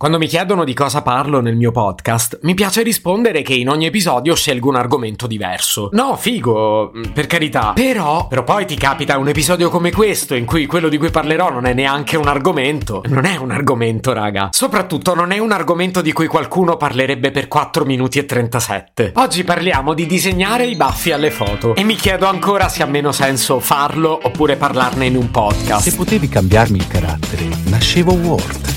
Quando mi chiedono di cosa parlo nel mio podcast, mi piace rispondere che in ogni episodio scelgo un argomento diverso. No, figo, mm, per carità. Però, però poi ti capita un episodio come questo in cui quello di cui parlerò non è neanche un argomento. Non è un argomento, raga. Soprattutto non è un argomento di cui qualcuno parlerebbe per 4 minuti e 37. Oggi parliamo di disegnare i baffi alle foto e mi chiedo ancora se ha meno senso farlo oppure parlarne in un podcast. Se potevi cambiarmi il carattere, nascevo Ward.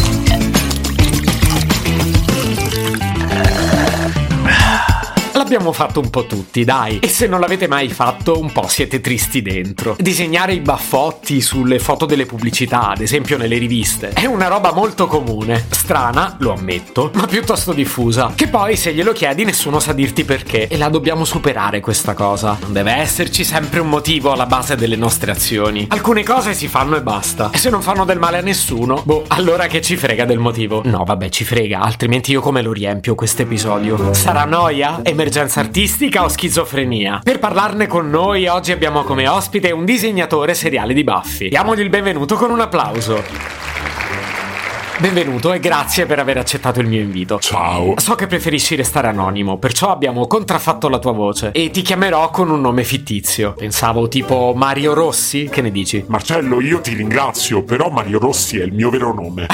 L'abbiamo fatto un po' tutti, dai. E se non l'avete mai fatto, un po' siete tristi dentro. Disegnare i baffotti sulle foto delle pubblicità, ad esempio nelle riviste, è una roba molto comune. Strana, lo ammetto, ma piuttosto diffusa. Che poi, se glielo chiedi, nessuno sa dirti perché. E la dobbiamo superare questa cosa. Non deve esserci sempre un motivo alla base delle nostre azioni. Alcune cose si fanno e basta. E se non fanno del male a nessuno, boh, allora che ci frega del motivo? No, vabbè, ci frega, altrimenti io come lo riempio questo episodio? Sarà noia? emergenza artistica o schizofrenia. Per parlarne con noi oggi abbiamo come ospite un disegnatore seriale di baffi. Diamogli il benvenuto con un applauso. Benvenuto e grazie per aver accettato il mio invito. Ciao. So che preferisci restare anonimo, perciò abbiamo contraffatto la tua voce e ti chiamerò con un nome fittizio. Pensavo tipo Mario Rossi, che ne dici? Marcello, io ti ringrazio, però Mario Rossi è il mio vero nome.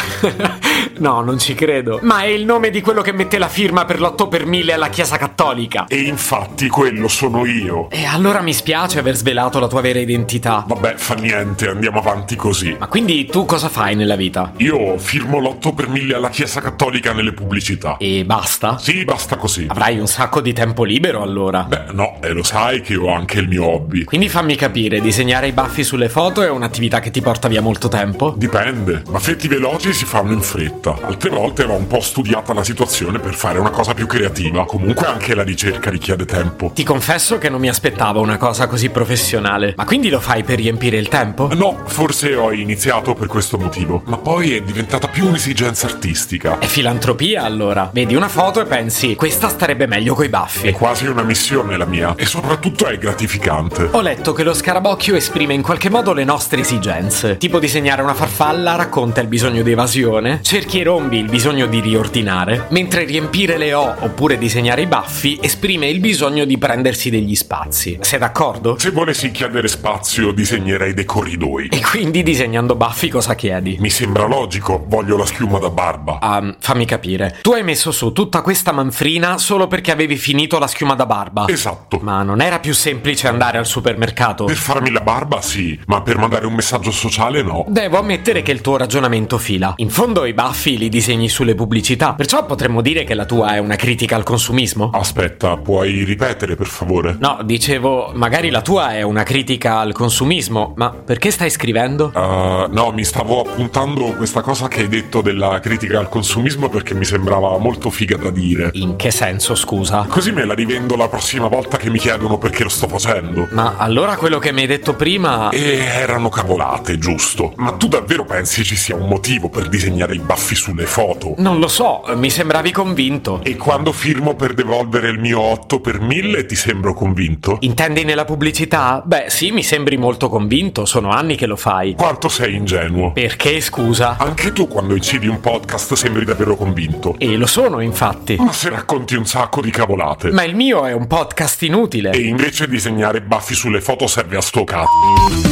no, non ci credo. Ma è il nome di quello che mette la firma per l'8 per 1000 alla Chiesa Cattolica. E infatti quello sono io. E allora mi spiace aver svelato la tua vera identità. Vabbè, fa niente, andiamo avanti così. Ma quindi tu cosa fai nella vita? Io firmo l'otto per mille alla Chiesa Cattolica nelle pubblicità. E basta? Sì, basta così. Avrai un sacco di tempo libero allora. Beh, no, e lo sai che ho anche il mio hobby. Quindi fammi capire, disegnare i baffi sulle foto è un'attività che ti porta via molto tempo? Dipende, baffetti veloci si fanno in fretta, altre volte va un po' studiata la situazione per fare una cosa più creativa. Comunque anche la ricerca richiede tempo. Ti confesso che non mi aspettavo una cosa così professionale. Ma quindi lo fai per riempire il tempo? No, forse ho iniziato per questo motivo, ma poi è diventata più un'esigenza artistica. È filantropia allora. Vedi una foto e pensi, questa starebbe meglio coi È baffi. quasi una missione la mia, e soprattutto è gratificante. Ho letto che lo scarabocchio esprime in qualche modo le nostre esigenze. Tipo disegnare una farfalla racconta il bisogno di evasione, cerchi e rombi il bisogno di riordinare, mentre riempire le O oppure disegnare i baffi esprime il bisogno di prendersi degli spazi. Sei d'accordo? Se volessi chiedere spazio, disegnerei dei corridoi. E quindi disegnando baffi cosa chiedi? Mi sembra logico, voglio la schiuma da barba. Ah, fammi capire. Tu hai messo su tutta questa manfrina solo perché avevi finito la schiuma da barba. Esatto. Ma non era più semplice andare al supermercato? Per farmi la barba sì, ma per mandare un messaggio sociale no. Devo ammettere che il tuo ragionamento fila. In fondo i baffi li disegni sulle pubblicità, perciò potremmo dire che la tua è una critica al consumismo? Aspetta, puoi ripetere per favore? No, dicevo, magari la tua è una critica al consumismo, ma perché stai scrivendo? Uh, no, mi stavo appuntando questa cosa che hai detto della critica al consumismo perché mi sembrava molto figa da dire. In che senso, scusa? Così me la rivendo la prossima volta che mi chiedono perché lo sto facendo. Ma allora quello che mi hai detto prima... E erano cavolate, giusto. Ma tu davvero pensi ci sia un motivo per disegnare i baffi sulle foto? Non lo so, mi sembravi convinto. E quando firmo per devolvere il mio 8 per 1000 ti sembro convinto? Intendi nella pubblicità? Beh, sì, mi sembri molto convinto, sono anni che lo fai. Quanto sei ingenuo. Perché, scusa? Anche tu quando incidi un podcast sembri davvero convinto. E lo sono, infatti. Ma se racconti un sacco di cavolate. Ma il mio è un podcast inutile. E invece disegnare baffi sulle foto serve a sto cazzo.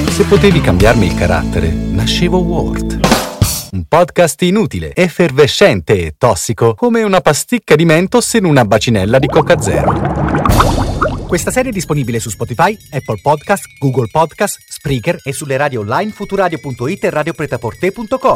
Se potevi cambiarmi il carattere, nascevo Ward. Un podcast inutile, effervescente e tossico, come una pasticca di mentos in una bacinella di Coca Zero. Questa serie è disponibile su Spotify, Apple Podcast, Google Podcast, Spreaker e sulle radio online futuradio.it e radiopretaporte.com.